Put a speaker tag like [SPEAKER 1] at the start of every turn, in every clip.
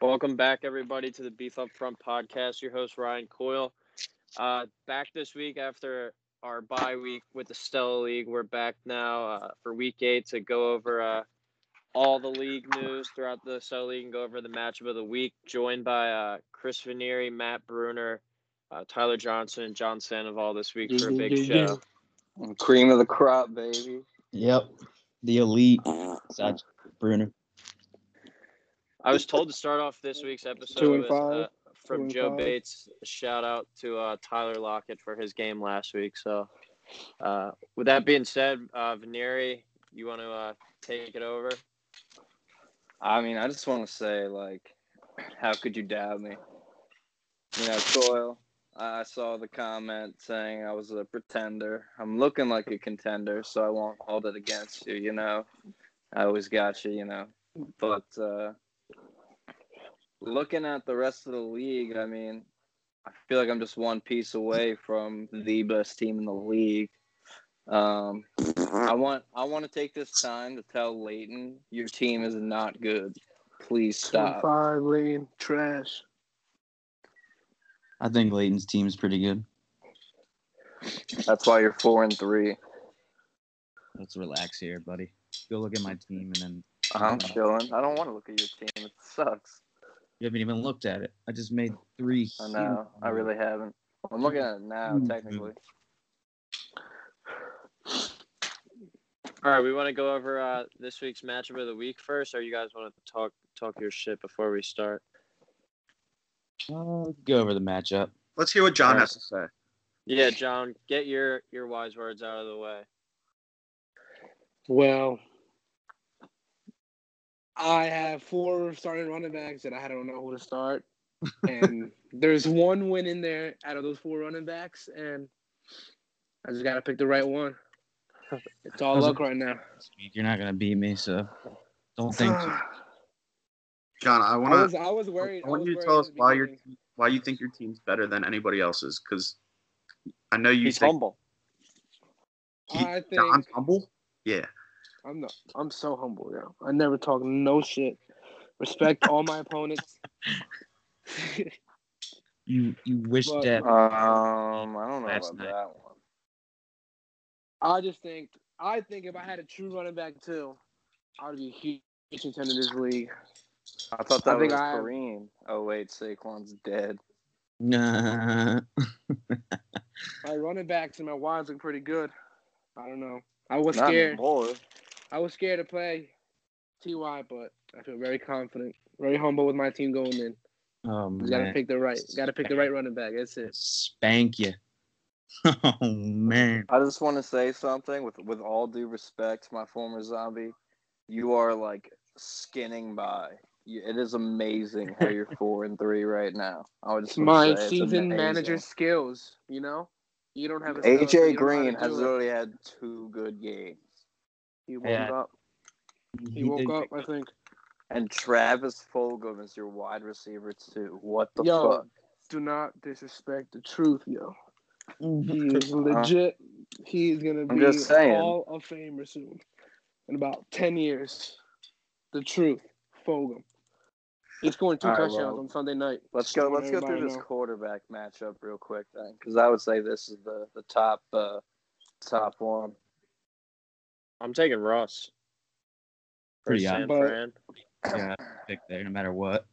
[SPEAKER 1] Welcome back, everybody, to the Beef Up Front podcast. Your host, Ryan Coyle. Uh, back this week after our bye week with the Stella League. We're back now uh, for week eight to go over uh, all the league news throughout the Stella League and go over the matchup of the week. Joined by uh, Chris Vanieri, Matt Bruner, uh, Tyler Johnson, and John Sandoval this week for a big show.
[SPEAKER 2] Cream of the crop, baby.
[SPEAKER 3] Yep. The elite Zach Bruner.
[SPEAKER 1] I was told to start off this week's episode
[SPEAKER 4] Two and
[SPEAKER 1] with,
[SPEAKER 4] five.
[SPEAKER 1] uh,
[SPEAKER 4] Two
[SPEAKER 1] from
[SPEAKER 4] and
[SPEAKER 1] Joe
[SPEAKER 4] five.
[SPEAKER 1] Bates. Shout out to uh, Tyler Lockett for his game last week. So, uh, with that being said, uh, Veneri, you want to uh, take it over?
[SPEAKER 2] I mean, I just want to say, like, how could you doubt me? You know, Coyle, I I saw the comment saying I was a pretender. I'm looking like a contender, so I won't hold it against you, you know? I always got you, you know? But uh, looking at the rest of the league, I mean, I feel like I'm just one piece away from the best team in the league. Um, I want I want to take this time to tell Leighton your team is not good. Please
[SPEAKER 4] Two and
[SPEAKER 2] stop.
[SPEAKER 4] five, Lane, trash.
[SPEAKER 3] I think Leighton's team's pretty good.
[SPEAKER 2] That's why you're four and three.
[SPEAKER 3] Let's relax here, buddy. Go look at my team and then
[SPEAKER 2] I'm chilling. I don't want to look at your team. It sucks.
[SPEAKER 3] you haven't even looked at it. I just made three.
[SPEAKER 2] I know. I really haven't. I'm looking at it now,
[SPEAKER 3] Mhm.
[SPEAKER 2] technically.
[SPEAKER 1] All right, we want to go over uh, this week's matchup of the week first, or you guys want to talk talk your shit before we start?
[SPEAKER 3] Uh, go over the matchup.
[SPEAKER 5] Let's hear what John has to say.
[SPEAKER 1] Yeah, John, get your your wise words out of the way.
[SPEAKER 4] Well, I have four starting running backs that I don't know who to start, and there's one win in there out of those four running backs, and I just gotta pick the right one. It's all
[SPEAKER 3] How's it-
[SPEAKER 4] luck right now.
[SPEAKER 3] This week. You're not gonna beat me, so don't think.
[SPEAKER 5] John, I
[SPEAKER 4] I
[SPEAKER 5] want
[SPEAKER 4] was
[SPEAKER 5] to.
[SPEAKER 4] I was
[SPEAKER 5] I
[SPEAKER 4] worried. I
[SPEAKER 5] want
[SPEAKER 4] was
[SPEAKER 5] you to
[SPEAKER 4] worried
[SPEAKER 5] tell
[SPEAKER 4] at
[SPEAKER 5] us
[SPEAKER 4] the
[SPEAKER 5] why your
[SPEAKER 4] beginning.
[SPEAKER 5] team- why you think your team's better than anybody else's, because I know you
[SPEAKER 1] He's
[SPEAKER 5] think
[SPEAKER 1] humble.
[SPEAKER 5] he-
[SPEAKER 4] I think
[SPEAKER 5] John's humble. Yeah,
[SPEAKER 4] I'm not, I'm so humble, yo. I never talk no shit. Respect all my opponents.
[SPEAKER 3] You you wish
[SPEAKER 4] But-
[SPEAKER 3] death.
[SPEAKER 2] Um, I don't know
[SPEAKER 3] Hmm. Last
[SPEAKER 2] about
[SPEAKER 3] night.
[SPEAKER 2] that one.
[SPEAKER 4] I just think I think if I had a true running back too, I'd be a huge contender in this league.
[SPEAKER 2] I thought
[SPEAKER 4] I
[SPEAKER 2] that
[SPEAKER 4] think
[SPEAKER 2] was
[SPEAKER 4] I have-
[SPEAKER 2] Kareem. Oh wait, Saquon's dead.
[SPEAKER 3] Nah.
[SPEAKER 4] My running backs and my wides look pretty good. I don't know. I was
[SPEAKER 2] Not
[SPEAKER 4] scared.
[SPEAKER 2] anymore.
[SPEAKER 4] I was scared to play Ty, but I feel very confident, very humble with my team going in.
[SPEAKER 3] Oh
[SPEAKER 4] You gotta
[SPEAKER 3] man.
[SPEAKER 4] pick the right, gotta pick the right running back. That's it.
[SPEAKER 3] Spank you. Oh man.
[SPEAKER 2] I just want to say something with with all due respect, to my former zombie. You are like skinning by. You, it is amazing how you're four and three right now. I would
[SPEAKER 4] It's
[SPEAKER 2] just
[SPEAKER 4] my
[SPEAKER 2] wanna say it's
[SPEAKER 4] season
[SPEAKER 2] amazing.
[SPEAKER 4] manager skills. You know, you don't have a skill, so
[SPEAKER 2] AJ
[SPEAKER 4] you don't know how to
[SPEAKER 2] Green has
[SPEAKER 4] do it.
[SPEAKER 2] literally had two good games,
[SPEAKER 4] He woke
[SPEAKER 3] Yeah.
[SPEAKER 4] up. He
[SPEAKER 3] He
[SPEAKER 4] woke
[SPEAKER 3] did-
[SPEAKER 4] up. I think.
[SPEAKER 2] and Travis Fulgham is your wide receiver too. What the
[SPEAKER 4] Yo.
[SPEAKER 2] fuck?
[SPEAKER 4] Do not disrespect the truth, yo.
[SPEAKER 3] Mhm.
[SPEAKER 4] He is legit. He's gonna
[SPEAKER 2] Mm-hmm. I'm
[SPEAKER 4] be
[SPEAKER 2] just saying.
[SPEAKER 4] all of famer soon. In about ten years. The truth. Fogum. He's scoring two
[SPEAKER 2] All right,
[SPEAKER 4] touchdowns
[SPEAKER 2] well,
[SPEAKER 4] on Sunday night.
[SPEAKER 2] Let's go.
[SPEAKER 4] Let
[SPEAKER 2] Let's go through
[SPEAKER 4] everybody
[SPEAKER 2] this
[SPEAKER 4] know.
[SPEAKER 2] quarterback matchup real quick then, because I would say this is the the top uh, top one.
[SPEAKER 1] I'm taking Ross. for
[SPEAKER 3] Pretty
[SPEAKER 1] San
[SPEAKER 4] obvious.
[SPEAKER 1] Fran.
[SPEAKER 3] Yeah, pick there no matter what.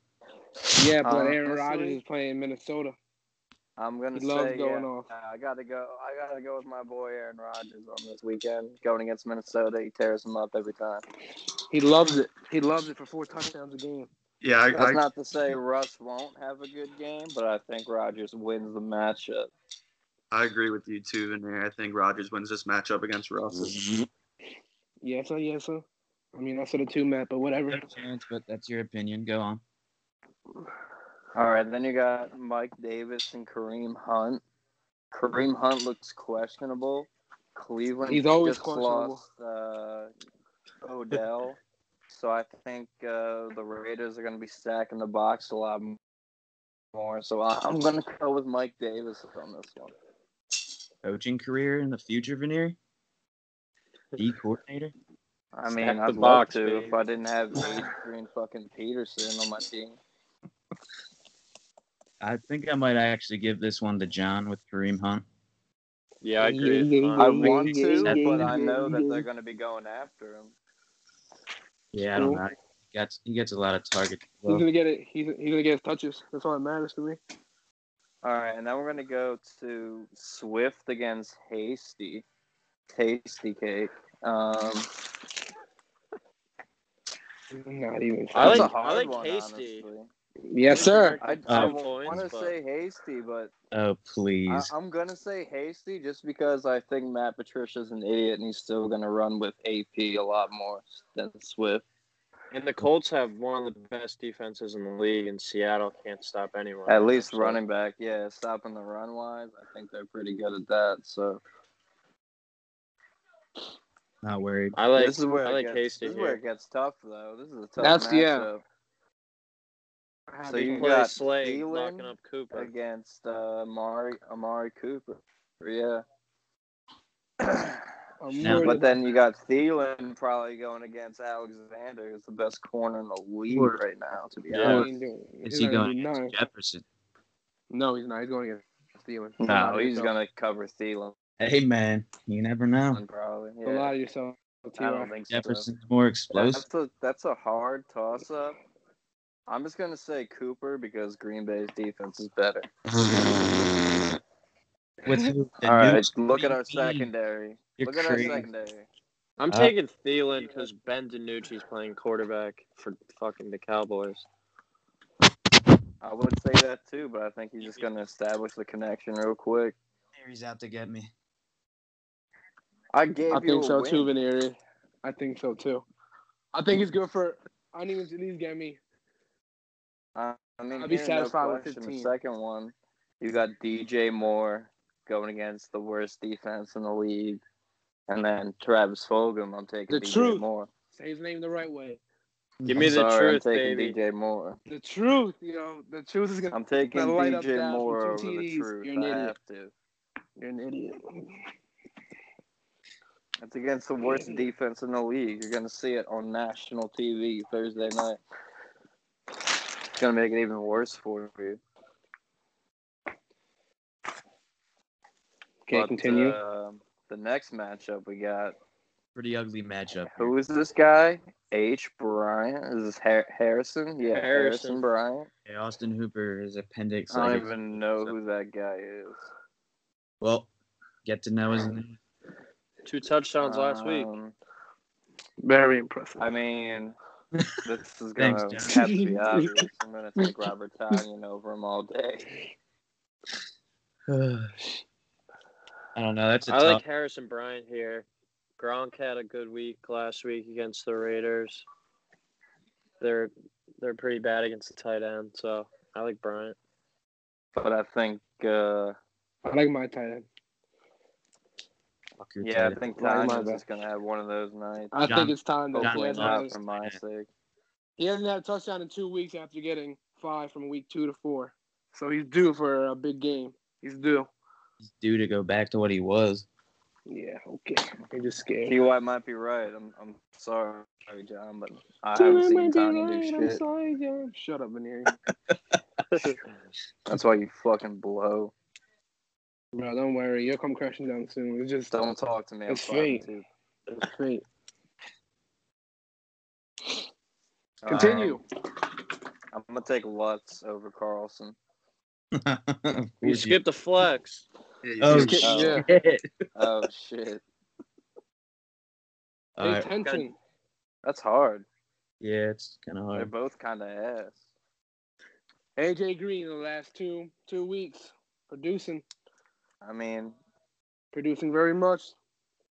[SPEAKER 4] Yeah, but Aaron
[SPEAKER 2] Honestly?
[SPEAKER 4] Rodgers is playing in Minnesota.
[SPEAKER 2] I'm gonna
[SPEAKER 4] He loves
[SPEAKER 2] say
[SPEAKER 4] going
[SPEAKER 2] yeah,
[SPEAKER 4] off.
[SPEAKER 2] I gotta go. I gotta go with my boy Aaron Rodgers on this weekend. Going against Minnesota, he tears them up every time.
[SPEAKER 4] He loves it. He loves it for four touchdowns a game.
[SPEAKER 5] yeah. I,
[SPEAKER 2] That's
[SPEAKER 5] I,
[SPEAKER 2] not to say Russ won't have a good game, but I think Rodgers wins the matchup.
[SPEAKER 5] I agree with you too, Veneer. I think Rogers wins this matchup against Ross.
[SPEAKER 4] Yes, sir, yes, sir. I mean, I said it too, Matt, but whatever.
[SPEAKER 3] Good chance, but that's your opinion. Go on.
[SPEAKER 2] All right, then you got Mike Davis and Kareem Hunt. Kareem Hunt looks questionable. Cleveland
[SPEAKER 4] He's always
[SPEAKER 2] just lost uh, Odell, so I think uh, the Raiders are going to be stacking the box a lot more. So I- I'm going to go with Mike Davis on this one.
[SPEAKER 3] Coaching career in the future, Veneer? D coordinator?
[SPEAKER 2] I
[SPEAKER 1] Stack
[SPEAKER 2] mean,
[SPEAKER 1] the
[SPEAKER 2] I'd love
[SPEAKER 1] box,
[SPEAKER 2] to
[SPEAKER 1] baby.
[SPEAKER 2] if I didn't have Adrian fucking Peterson on my team.
[SPEAKER 3] I think I might actually give this one to John with Kareem Hunt.
[SPEAKER 1] Yeah, I agree.
[SPEAKER 4] Yeah,
[SPEAKER 1] Um,
[SPEAKER 2] I want to,
[SPEAKER 3] Yeah.
[SPEAKER 2] but I know that they're going to be going after him.
[SPEAKER 3] Yeah, I don't know. He gets he gets a lot of targets.
[SPEAKER 4] He's
[SPEAKER 3] Well,
[SPEAKER 4] gonna get it. He's, he's gonna get his touches. That's all that matters to me.
[SPEAKER 2] All right, and then we're going to go to Swift against Hasty. Tasty cake. Um,
[SPEAKER 4] Not even.
[SPEAKER 1] I
[SPEAKER 2] that's
[SPEAKER 1] like-
[SPEAKER 2] a hard
[SPEAKER 1] I like
[SPEAKER 2] one,
[SPEAKER 1] Hasty.
[SPEAKER 2] honestly.
[SPEAKER 4] Yes, sir.
[SPEAKER 2] I, I
[SPEAKER 1] Um,
[SPEAKER 2] want to
[SPEAKER 1] points, but-
[SPEAKER 2] say Hasty, but
[SPEAKER 3] oh
[SPEAKER 2] I,
[SPEAKER 3] please.
[SPEAKER 2] I'm gonna say hasty just because I think Matt Patricia's an idiot and he's still gonna run with AP a lot more than Swift.
[SPEAKER 1] and the Colts have one of the best defenses in the league, and Seattle can't stop anyone.
[SPEAKER 2] At least
[SPEAKER 1] So,
[SPEAKER 2] running back, yeah, stopping the run wise, I think they're pretty good at that. So
[SPEAKER 3] Not worried.
[SPEAKER 1] I like.
[SPEAKER 2] this is where
[SPEAKER 1] I
[SPEAKER 2] it
[SPEAKER 1] like
[SPEAKER 2] gets,
[SPEAKER 1] Hasty
[SPEAKER 2] This is
[SPEAKER 1] here.
[SPEAKER 2] where it gets tough though. This is a tough
[SPEAKER 4] That's- yeah.
[SPEAKER 2] matchup
[SPEAKER 4] Ah,
[SPEAKER 2] so
[SPEAKER 4] they-
[SPEAKER 2] you
[SPEAKER 1] Play
[SPEAKER 2] got
[SPEAKER 1] Slay
[SPEAKER 2] Thielen
[SPEAKER 1] locking up Cooper.
[SPEAKER 2] against uh, Amari Amari Cooper. Yeah.
[SPEAKER 4] I'm
[SPEAKER 3] Now,
[SPEAKER 4] worried
[SPEAKER 2] But
[SPEAKER 4] about-
[SPEAKER 2] then you got Thielen probably going against Alexander, who's the best corner in the league
[SPEAKER 3] Or-
[SPEAKER 2] right now, to be
[SPEAKER 1] Yeah.
[SPEAKER 2] honest.
[SPEAKER 4] I ain't doing it.
[SPEAKER 3] Is
[SPEAKER 4] He's
[SPEAKER 3] he
[SPEAKER 4] not gonna
[SPEAKER 3] going
[SPEAKER 4] do nothing.
[SPEAKER 3] Jefferson.
[SPEAKER 4] No, he's not. He's going against Thielen.
[SPEAKER 2] No, he's gonna cover Thielen
[SPEAKER 3] Hey man, you never know.
[SPEAKER 2] probably.
[SPEAKER 4] A
[SPEAKER 2] Yeah,
[SPEAKER 4] lot of yourself.
[SPEAKER 2] I don't think so.
[SPEAKER 3] Jefferson's more explosive.
[SPEAKER 2] That's a that's a hard toss up. I'm just gonna say Cooper because Green Bay's defense is better.
[SPEAKER 3] With who? The
[SPEAKER 2] All right,
[SPEAKER 3] Nukes?
[SPEAKER 2] look at our
[SPEAKER 3] Green Bay.
[SPEAKER 2] secondary.
[SPEAKER 3] You're
[SPEAKER 2] Look at our
[SPEAKER 3] crazy.
[SPEAKER 2] secondary.
[SPEAKER 1] I'm
[SPEAKER 3] Uh,
[SPEAKER 1] taking Thielen because Ben DiNucci's playing quarterback for fucking the Cowboys.
[SPEAKER 2] I would say that too, but I think he's just gonna establish the connection real quick.
[SPEAKER 3] He's out to get me.
[SPEAKER 2] I gave
[SPEAKER 4] I
[SPEAKER 2] you
[SPEAKER 4] think
[SPEAKER 2] a
[SPEAKER 4] so
[SPEAKER 2] win.
[SPEAKER 4] too, Vineri. I think so too. I think it's good for. I didn't even these get me.
[SPEAKER 2] I I mean,
[SPEAKER 4] I'll be
[SPEAKER 2] here, no
[SPEAKER 4] satisfied with
[SPEAKER 2] question, The
[SPEAKER 4] 15.
[SPEAKER 2] second one, you got DJ Moore going against the worst defense in the league, and then Travis Fulgham. I'm taking
[SPEAKER 4] The
[SPEAKER 2] DJ
[SPEAKER 4] truth.
[SPEAKER 2] Moore.
[SPEAKER 4] Say his name the right way.
[SPEAKER 1] Give
[SPEAKER 2] I'm
[SPEAKER 1] me the
[SPEAKER 2] sorry,
[SPEAKER 1] truth,
[SPEAKER 2] I'm taking
[SPEAKER 1] baby.
[SPEAKER 2] DJ Moore.
[SPEAKER 4] The truth, you know, the truth is gonna.
[SPEAKER 2] I'm taking
[SPEAKER 4] Now light up
[SPEAKER 2] DJ
[SPEAKER 4] Dallas with
[SPEAKER 2] Moore over
[SPEAKER 4] two
[SPEAKER 2] the
[SPEAKER 4] TDs.
[SPEAKER 2] truth.
[SPEAKER 4] You're an
[SPEAKER 2] I
[SPEAKER 4] idiot.
[SPEAKER 2] have to.
[SPEAKER 4] You're an idiot.
[SPEAKER 2] It's against the worst defense in the league. You're gonna see it on national TV Thursday night. It's gonna make it even worse for you.
[SPEAKER 4] Okay,
[SPEAKER 2] But,
[SPEAKER 4] continue.
[SPEAKER 2] uh, the next matchup we got
[SPEAKER 3] Pretty ugly matchup.
[SPEAKER 2] Who is this guy? H. Bryant? Is this Har- Harrison? Yeah, Harrison,
[SPEAKER 1] Harrison.
[SPEAKER 2] Bryant.
[SPEAKER 3] Hey, Austin Hooper is appendix.
[SPEAKER 2] I
[SPEAKER 3] like-
[SPEAKER 2] don't even know who that guy is.
[SPEAKER 3] Well, get to know his name.
[SPEAKER 1] Two touchdowns last week.
[SPEAKER 2] Um,
[SPEAKER 4] Very impressive.
[SPEAKER 2] I mean, this is
[SPEAKER 3] Thanks,
[SPEAKER 2] gonna
[SPEAKER 3] Jeff.
[SPEAKER 2] have to be obvious. I'm gonna take Robert Tanyan over him all day.
[SPEAKER 3] I don't know. That's a
[SPEAKER 1] I
[SPEAKER 3] tough.
[SPEAKER 1] like Harrison Bryant here. Gronk had a good week last week against the Raiders. They're they're pretty bad against the tight end, so I like Bryant.
[SPEAKER 2] But I think, uh,
[SPEAKER 4] I like my tight end.
[SPEAKER 3] Fuck your
[SPEAKER 2] yeah, I
[SPEAKER 3] tight end.
[SPEAKER 2] think
[SPEAKER 4] Why am I
[SPEAKER 2] Tanyan's
[SPEAKER 4] back?
[SPEAKER 2] just gonna have one of those nights.
[SPEAKER 4] I
[SPEAKER 3] John-
[SPEAKER 4] think it's time to
[SPEAKER 2] Hopefully
[SPEAKER 4] play.
[SPEAKER 2] not
[SPEAKER 4] Tyler.
[SPEAKER 2] for my sake.
[SPEAKER 4] He hasn't had a touchdown in two weeks after getting five from week two to four. So he's due for a big game. He's due.
[SPEAKER 3] He's due to go back to what he was.
[SPEAKER 4] Yeah, okay. I'm just scared.
[SPEAKER 2] Ty might be right. I'm, I'm sorry, John, but I haven't seen Tanyan do
[SPEAKER 4] I'm
[SPEAKER 2] shit.
[SPEAKER 4] sorry, John. Shut up, Veneer.
[SPEAKER 2] That's why you fucking blow.
[SPEAKER 4] Bro, don't worry. You'll come crashing down soon. It's just
[SPEAKER 2] Don't talk to me. I'm
[SPEAKER 4] It's
[SPEAKER 2] fine,
[SPEAKER 4] fate.
[SPEAKER 2] too.
[SPEAKER 4] it's fate. Continue.
[SPEAKER 2] Um, I'm gonna take Lutz over Carlson.
[SPEAKER 3] Of
[SPEAKER 1] You
[SPEAKER 3] course you-
[SPEAKER 1] skipped a flex.
[SPEAKER 5] Yeah, you
[SPEAKER 3] Oh,
[SPEAKER 5] see-
[SPEAKER 3] shit.
[SPEAKER 2] Oh.
[SPEAKER 4] yeah.
[SPEAKER 2] Oh shit,
[SPEAKER 3] All right.
[SPEAKER 4] Attention.
[SPEAKER 2] that's hard.
[SPEAKER 3] Yeah, it's kind of
[SPEAKER 2] They're
[SPEAKER 3] hard.
[SPEAKER 2] both kind of ass.
[SPEAKER 4] AJ Green in the last two two weeks producing,
[SPEAKER 2] I mean,
[SPEAKER 4] producing very much.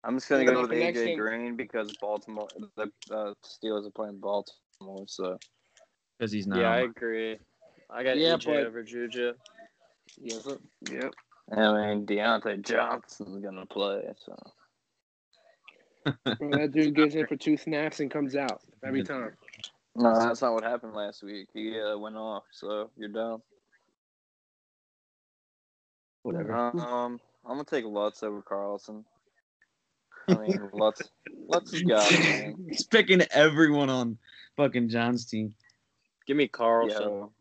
[SPEAKER 2] I'm just gonna
[SPEAKER 4] Yeah,
[SPEAKER 2] go with
[SPEAKER 4] the
[SPEAKER 2] AJ
[SPEAKER 4] connection.
[SPEAKER 2] Green because Baltimore, the uh, Steelers are playing Baltimore, so
[SPEAKER 3] Because he's not.
[SPEAKER 1] Yeah, I
[SPEAKER 3] Yeah,
[SPEAKER 1] agree. I got
[SPEAKER 4] Yeah,
[SPEAKER 1] EJ
[SPEAKER 4] but-
[SPEAKER 1] over Juju.
[SPEAKER 4] Yes. Sir. Yep.
[SPEAKER 2] I mean Deontay Johnson's gonna play. So
[SPEAKER 4] Bro, that dude gets in for two snaps and comes out every time.
[SPEAKER 2] no, that's not what happened last week. He uh, went off, so you're done.
[SPEAKER 3] whatever.
[SPEAKER 2] Um, I'm gonna take Lutz over Carlson. I mean, Lutz, Lutz is got it, man.
[SPEAKER 3] he's picking everyone on fucking John's team.
[SPEAKER 1] Give me Carlson.
[SPEAKER 2] Yo,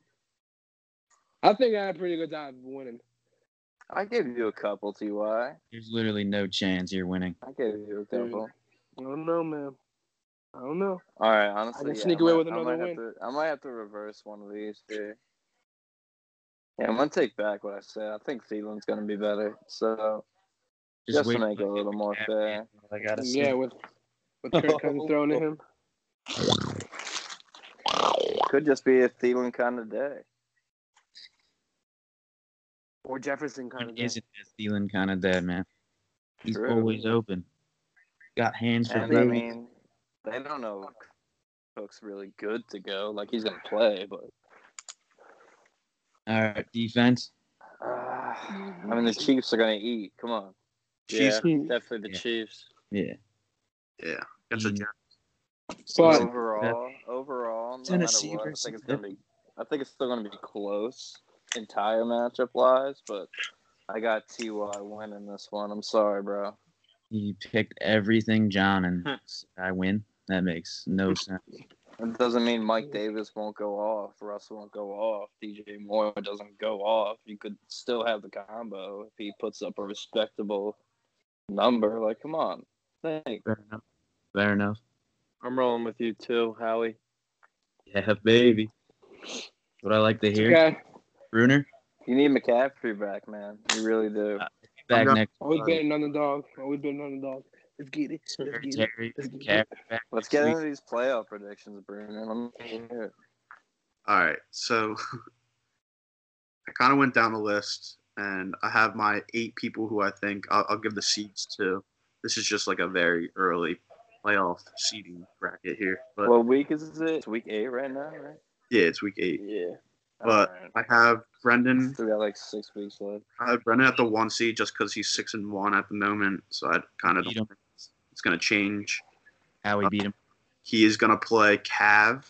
[SPEAKER 4] I think I had a pretty good time winning.
[SPEAKER 2] I gave you a couple, Ty.
[SPEAKER 3] There's literally no chance you're winning.
[SPEAKER 2] I gave you a couple.
[SPEAKER 4] I don't know, man. I don't know.
[SPEAKER 2] All right, honestly,
[SPEAKER 4] can
[SPEAKER 2] yeah,
[SPEAKER 4] sneak
[SPEAKER 2] I
[SPEAKER 4] away
[SPEAKER 2] might-
[SPEAKER 4] with
[SPEAKER 2] I
[SPEAKER 4] another
[SPEAKER 2] might have to- I might have to reverse one of these here. Yeah, I'm gonna take back what I said. I think Thielen's gonna be better, so just, to
[SPEAKER 3] wait
[SPEAKER 2] make it a
[SPEAKER 3] till I
[SPEAKER 2] little more
[SPEAKER 3] get
[SPEAKER 2] fair.
[SPEAKER 3] back. I gotta see.
[SPEAKER 4] Yeah, with with Kirk Cousins thrown at him.
[SPEAKER 2] Could just be a Thielen kind of day.
[SPEAKER 4] Or Jefferson kind
[SPEAKER 3] When
[SPEAKER 4] of
[SPEAKER 3] isn't this Thielen kind of dead, man? He's
[SPEAKER 2] True.
[SPEAKER 3] always open. Got hands for
[SPEAKER 2] And I
[SPEAKER 3] food.
[SPEAKER 2] mean, they don't know if Cook's really good to go. Like he's gonna play, but
[SPEAKER 3] All right, defense.
[SPEAKER 2] uh, I mean the Chiefs are gonna eat. Come on,
[SPEAKER 1] Chiefs,
[SPEAKER 2] yeah,
[SPEAKER 4] thing.
[SPEAKER 2] definitely the
[SPEAKER 3] Yeah.
[SPEAKER 2] Chiefs.
[SPEAKER 3] Yeah.
[SPEAKER 5] Yeah. That's a
[SPEAKER 3] Mm.
[SPEAKER 5] jam.
[SPEAKER 4] But
[SPEAKER 2] overall, overall, no
[SPEAKER 3] Tennessee
[SPEAKER 2] matter what, I
[SPEAKER 3] versus
[SPEAKER 2] think it's gonna be. I think it's still gonna be close, entire matchup wise. But I got Ty winning this one. I'm sorry, bro.
[SPEAKER 3] You picked everything, John, and I win. That makes no sense.
[SPEAKER 2] It doesn't mean Mike Davis won't go off, Russ won't go off, DJ Moore doesn't go off. You could still have the combo if he puts up a respectable number. Like, come on, think.
[SPEAKER 3] Fair enough. Fair enough.
[SPEAKER 1] I'm rolling with you too, Howie.
[SPEAKER 3] Yeah, baby. What I like to hear.
[SPEAKER 4] yeah,
[SPEAKER 3] Bruner,
[SPEAKER 2] You need McCaffrey back, man. You really do.
[SPEAKER 1] Uh,
[SPEAKER 3] back
[SPEAKER 5] not-
[SPEAKER 3] next.
[SPEAKER 4] always betting on the dog. Always betting on the dog. Let's get it. Let's
[SPEAKER 3] Terry,
[SPEAKER 4] get it.
[SPEAKER 3] Terry,
[SPEAKER 4] Let's get
[SPEAKER 3] McCaffrey back
[SPEAKER 2] Let's
[SPEAKER 3] next
[SPEAKER 2] get
[SPEAKER 3] week.
[SPEAKER 2] into these playoff predictions, Bruno. Let me hear it.
[SPEAKER 5] All right. So I kind of went down the list and I have my eight people who I think I'll, I'll give the seeds to. This is just like a very early playoff seeding bracket here. But
[SPEAKER 2] What week is it? It's week eight right now, right?
[SPEAKER 5] yeah, it's week eight.
[SPEAKER 2] Yeah.
[SPEAKER 5] But- um,
[SPEAKER 2] Alright.
[SPEAKER 5] I have Brendan.
[SPEAKER 2] still got like six weeks left.
[SPEAKER 5] I have Brendan at the one seed just because he's six and one at the moment. So I kind of
[SPEAKER 3] You
[SPEAKER 5] don't
[SPEAKER 3] don't-
[SPEAKER 5] think it's, it's going to change.
[SPEAKER 3] How we beat him.
[SPEAKER 5] He is going to play Cav.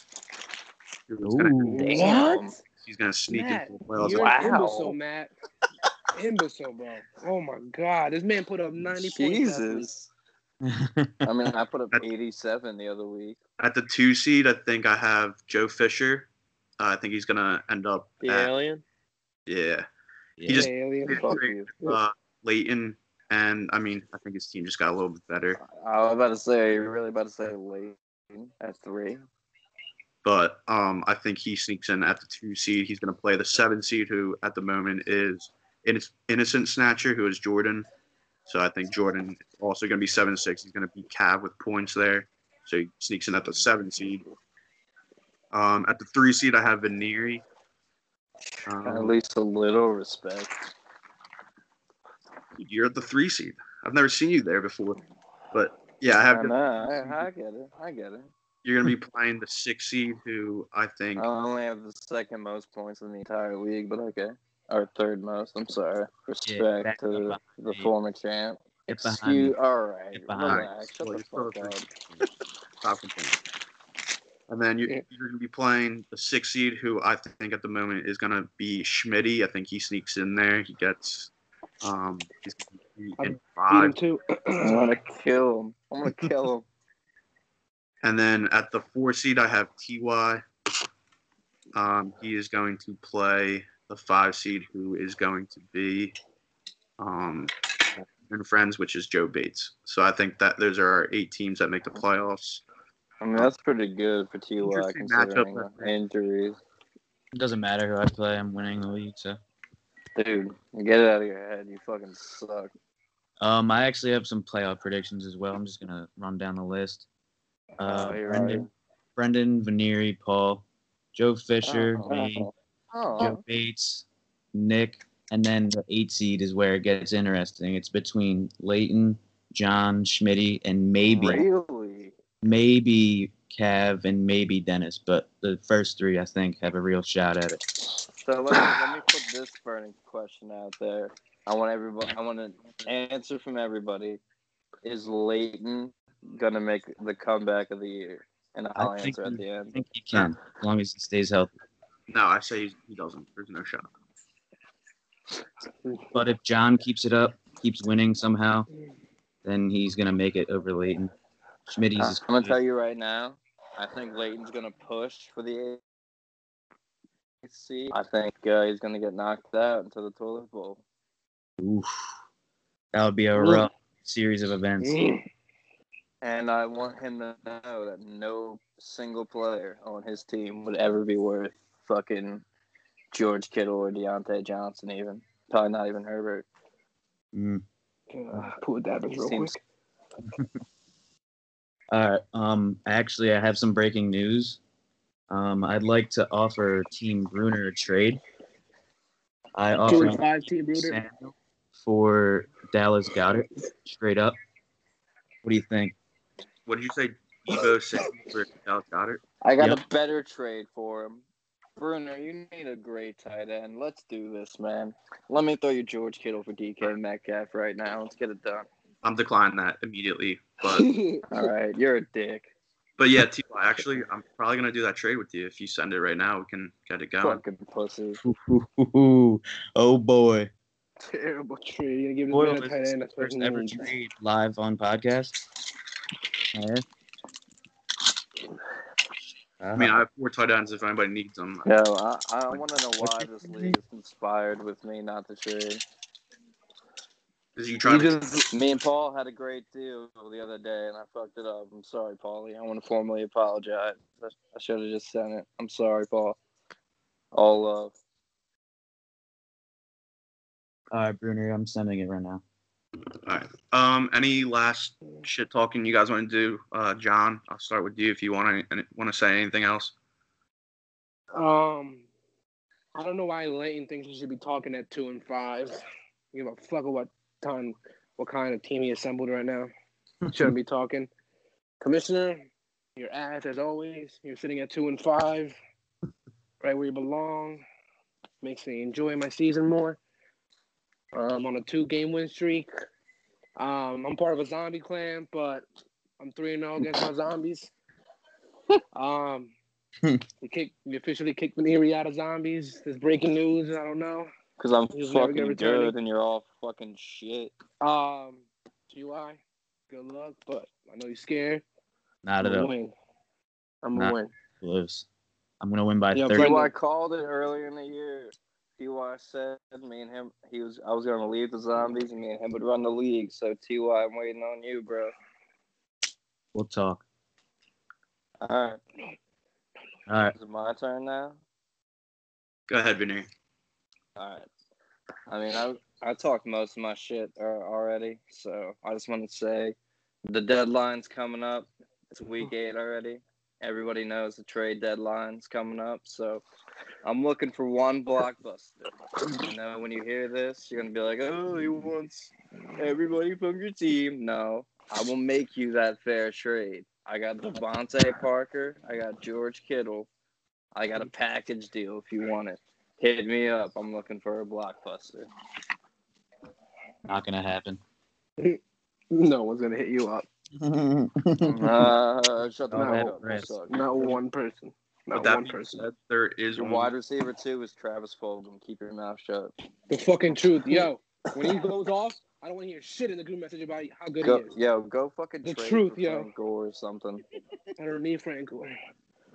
[SPEAKER 5] who's gonna-
[SPEAKER 3] Ooh.
[SPEAKER 2] What?
[SPEAKER 5] He's going to sneak
[SPEAKER 4] Matt,
[SPEAKER 5] into the playoffs.
[SPEAKER 4] You're
[SPEAKER 2] Wow.
[SPEAKER 4] an imbecile, Matt. imbecile, bro. Oh my god, this man put up ninety points. last week.
[SPEAKER 2] Jesus. I mean, I put up 87 the other week.
[SPEAKER 5] At the two seed, I think I have Joe Fisher. Uh, I think he's gonna end up.
[SPEAKER 1] The
[SPEAKER 5] at,
[SPEAKER 1] alien.
[SPEAKER 5] yeah.
[SPEAKER 3] Yeah.
[SPEAKER 5] He just
[SPEAKER 4] Hey, alien.
[SPEAKER 2] Fuck you.
[SPEAKER 5] uh, Leighton, and I mean, I think his team just got a little bit better.
[SPEAKER 2] I was about to say, are you really about to say late at three?
[SPEAKER 5] But um, I think he sneaks in at the two seed. He's gonna play the seven seed, who at the moment is Inno- innocent snatcher, who is Jordan. So I think Jordan is also gonna be seven six. He's gonna be Cav with points there. So he sneaks in at the seven seed. Um, at the three seed, I have Um, Veneri.
[SPEAKER 2] At least a little respect.
[SPEAKER 5] You're at the three seed. I've never seen you there before. But yeah, I have.
[SPEAKER 2] I, know, I, I get it. I get it.
[SPEAKER 5] You're gonna be playing the six seed, who I think
[SPEAKER 2] I only have the second most points in the entire league, but okay. Or third most. I'm sorry. Respect
[SPEAKER 3] back
[SPEAKER 2] to
[SPEAKER 3] up behind
[SPEAKER 2] the
[SPEAKER 3] me.
[SPEAKER 2] former champ.
[SPEAKER 3] Get behind me.
[SPEAKER 2] Excuse. All right.
[SPEAKER 3] Get behind me.
[SPEAKER 2] Relax. Shut
[SPEAKER 5] Well,
[SPEAKER 2] the
[SPEAKER 5] you're
[SPEAKER 2] fuck up.
[SPEAKER 5] top of things. And then you're,
[SPEAKER 4] Yeah.
[SPEAKER 5] you're gonna be playing the six seed, who I think at the moment is gonna be Schmitty. I think he sneaks in there. He gets. Um, he's gonna be in
[SPEAKER 4] Beat him
[SPEAKER 5] five.
[SPEAKER 4] too.
[SPEAKER 2] I'm gonna kill him. I'm gonna kill him.
[SPEAKER 5] And then at the four seed, I have Ty. Um, he is going to play the five seed, who is going to be um, and friends, which is Joe Bates. So I think that those are our eight teams that make the playoffs.
[SPEAKER 2] I mean, that's pretty good for T.Y.
[SPEAKER 5] Interesting matchup,
[SPEAKER 2] considering
[SPEAKER 5] I
[SPEAKER 2] the injuries.
[SPEAKER 3] It doesn't matter who I play. I'm winning the league. So,
[SPEAKER 2] Dude, get it out of your head. You fucking suck.
[SPEAKER 3] um, I actually have some playoff predictions as well. I'm just gonna run down the list. Uh,
[SPEAKER 2] Oh, you're
[SPEAKER 3] Brendan, Brendan Veneeri, Paul, Joe Fisher,
[SPEAKER 2] Oh,
[SPEAKER 3] me,
[SPEAKER 2] Oh,
[SPEAKER 3] Joe Bates, Nick, and then the eight seed is where it gets interesting. It's between Leighton, John, Schmitty, and maybe
[SPEAKER 2] really?
[SPEAKER 3] maybe Cav and maybe Dennis, but the first three I think have a real shot at it.
[SPEAKER 2] So let me, let me put this burning question out there. I want everybody. I want an answer from everybody. Is Leighton gonna make the comeback of the year? And I'll
[SPEAKER 3] think
[SPEAKER 2] answer at
[SPEAKER 3] he-
[SPEAKER 2] the
[SPEAKER 3] I
[SPEAKER 2] end.
[SPEAKER 3] think he can, as long as he stays healthy.
[SPEAKER 5] No, I say he doesn't. There's no shot.
[SPEAKER 3] But if John keeps it up, keeps winning somehow, then he's gonna make it over Leighton. Schmidt's
[SPEAKER 2] Uh,
[SPEAKER 3] is
[SPEAKER 2] I'm gonna tell you right now. I think Leighton's gonna push for the seat. I think uh, he's going to get knocked out into the toilet bowl.
[SPEAKER 3] Oof. That would be a rough series of events.
[SPEAKER 4] Hmm.
[SPEAKER 2] And I want him to know that no single player on his team would ever be worth fucking George Kittle or Deontay Johnson, even. Probably not even Herbert.
[SPEAKER 3] Mm.
[SPEAKER 4] Uh, Pull that
[SPEAKER 2] He
[SPEAKER 4] real
[SPEAKER 2] seems-
[SPEAKER 4] quick.
[SPEAKER 3] All right. Um, actually, I have some breaking news. Um, I'd like to offer Team Bruner a trade. I
[SPEAKER 4] Two
[SPEAKER 3] offer
[SPEAKER 4] and five team Bruder.
[SPEAKER 3] Samuel for Dallas Goddard, straight up. What do you think?
[SPEAKER 5] What did you say? Debo Samuel for Dallas Goddard?
[SPEAKER 2] I got
[SPEAKER 3] Yep.
[SPEAKER 2] a better trade for him. Bruner, you need a great tight end. Let's do this, man. Let me throw you George Kittle for DK Metcalf right now. Let's get it done.
[SPEAKER 5] I'm declining that immediately. But
[SPEAKER 2] All right, you're a dick.
[SPEAKER 5] but yeah, T. Actually, I'm probably gonna do that trade with you if you send it right now. We can get it going.
[SPEAKER 2] Fucking pussy.
[SPEAKER 3] Oh boy!
[SPEAKER 4] Terrible trade. You're gonna give
[SPEAKER 3] Boyle
[SPEAKER 4] him a
[SPEAKER 5] is
[SPEAKER 4] tight end. That's
[SPEAKER 3] First
[SPEAKER 4] fucking
[SPEAKER 3] ever
[SPEAKER 4] mean.
[SPEAKER 3] trade live on podcast. Yeah.
[SPEAKER 5] I mean, I have four tight ends if anybody needs them.
[SPEAKER 2] No, I, I want to know why this league is inspired with me not to trade.
[SPEAKER 5] Is you
[SPEAKER 2] We
[SPEAKER 5] trying to?
[SPEAKER 2] just- me and Paul had a great deal the other day, and I fucked it up. I'm sorry, Paulie. I want to formally apologize. I, I should have just sent it. I'm sorry, Paul. All love.
[SPEAKER 3] All right, Bruner, I'm sending it right now.
[SPEAKER 5] Um, any last shit talking you guys want to do? Uh, John, I'll start with you if you want to want to say anything else.
[SPEAKER 4] Um, I don't know why Leighton thinks he should be talking at two and five. Give a fuck what ton, what kind of team he assembled right now. Shouldn't be talking. Commissioner, your ass as always. You're sitting at two and five, right where you belong. Makes me enjoy my season more. I'm on a two-game win streak. Um, I'm part of a zombie clan, but I'm three and zero against my zombies. Um, we kick we officially kicked Maneri out of zombies. There's breaking news. I don't know.
[SPEAKER 2] Because I'm
[SPEAKER 4] He's never gonna
[SPEAKER 2] fucking
[SPEAKER 4] return it.
[SPEAKER 2] good, and you're all fucking shit.
[SPEAKER 4] Um, GY, good luck, but I know you're scared.
[SPEAKER 3] Not
[SPEAKER 4] I'm
[SPEAKER 3] at
[SPEAKER 4] gonna
[SPEAKER 3] all.
[SPEAKER 4] win. I'm
[SPEAKER 3] Nah.
[SPEAKER 4] gonna win.
[SPEAKER 3] Close. I'm gonna win by
[SPEAKER 4] Yeah,
[SPEAKER 3] thirty.
[SPEAKER 4] Brendan-
[SPEAKER 2] DY called it earlier in the year. TY said me and him, he was, I was going to leave the zombies, and me and him would run the league. So, TY, I'm waiting on you, bro.
[SPEAKER 3] We'll talk.
[SPEAKER 2] All right.
[SPEAKER 3] All right.
[SPEAKER 2] Is it my turn now?
[SPEAKER 5] Go ahead, Vinny.
[SPEAKER 2] All right. I mean, I I talked most of my shit uh, already, so I just want to say the deadline's coming up. It's week eight already. Everybody knows the trade deadline's coming up, so I'm looking for one blockbuster. You know, when you hear this, you're gonna be like, "Oh, he wants everybody from your team." No, I will make you that fair trade. I got Devontae Parker. I got George Kittle. I got a package deal if you want it. Hit me up. I'm looking for a blockbuster.
[SPEAKER 3] Not gonna happen.
[SPEAKER 4] No one's gonna hit you up.
[SPEAKER 3] Oh,
[SPEAKER 2] uh, shut the
[SPEAKER 4] Oh,
[SPEAKER 3] All that
[SPEAKER 2] fuck up.
[SPEAKER 3] press.
[SPEAKER 2] You suck.
[SPEAKER 4] Not one person. Not
[SPEAKER 5] With that
[SPEAKER 4] one
[SPEAKER 5] being
[SPEAKER 4] person.
[SPEAKER 5] said, there is
[SPEAKER 2] Your
[SPEAKER 5] one.
[SPEAKER 2] wide receiver two is Travis Fulgham. Keep your mouth shut.
[SPEAKER 4] The fucking truth, yo. When he goes off, I don't want to hear shit in the group message about how good
[SPEAKER 2] Go,
[SPEAKER 4] he is.
[SPEAKER 2] yo, go fucking
[SPEAKER 4] The
[SPEAKER 2] trade
[SPEAKER 4] truth,
[SPEAKER 2] for
[SPEAKER 4] yo.
[SPEAKER 2] Frank Gore or something.
[SPEAKER 4] I don't need Frank Gore.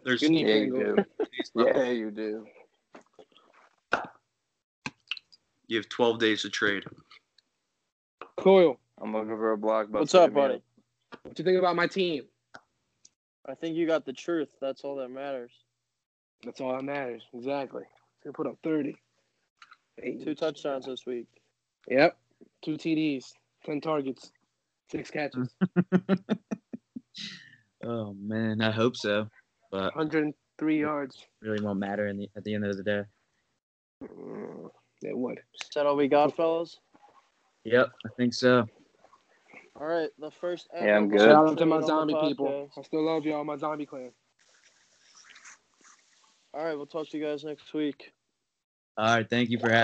[SPEAKER 5] There's
[SPEAKER 4] You need
[SPEAKER 2] Yeah,
[SPEAKER 4] Frank
[SPEAKER 2] you
[SPEAKER 4] Gore.
[SPEAKER 2] do. Yeah, you do.
[SPEAKER 5] you have 12 days to trade.
[SPEAKER 4] Coyle,
[SPEAKER 2] I'm looking for a blockbuster.
[SPEAKER 1] What's up,
[SPEAKER 2] Hit me
[SPEAKER 1] buddy?
[SPEAKER 4] what you think about my team?
[SPEAKER 1] I think you got the truth. That's all that matters.
[SPEAKER 4] That's all that matters. Exactly. He's gonna put up thirty. Eight.
[SPEAKER 1] Two touchdowns this week.
[SPEAKER 4] Yep. Two TDs, ten targets, six catches,
[SPEAKER 3] oh man, I hope so, but
[SPEAKER 4] 103 yards.
[SPEAKER 3] really won't matter in the, at the end of the day.
[SPEAKER 4] Mm, It would.
[SPEAKER 1] Is that all we got, fellas?
[SPEAKER 3] Yep, I think so.
[SPEAKER 1] All right, the first.
[SPEAKER 2] Yeah, I'm
[SPEAKER 1] ever
[SPEAKER 2] good.
[SPEAKER 1] live
[SPEAKER 4] Shout out to
[SPEAKER 1] trade
[SPEAKER 4] my
[SPEAKER 1] on the
[SPEAKER 4] zombie people.
[SPEAKER 1] podcast.
[SPEAKER 4] I still love y'all, my zombie clan.
[SPEAKER 1] All right, we'll talk to you guys next week.
[SPEAKER 3] All right, thank you for having.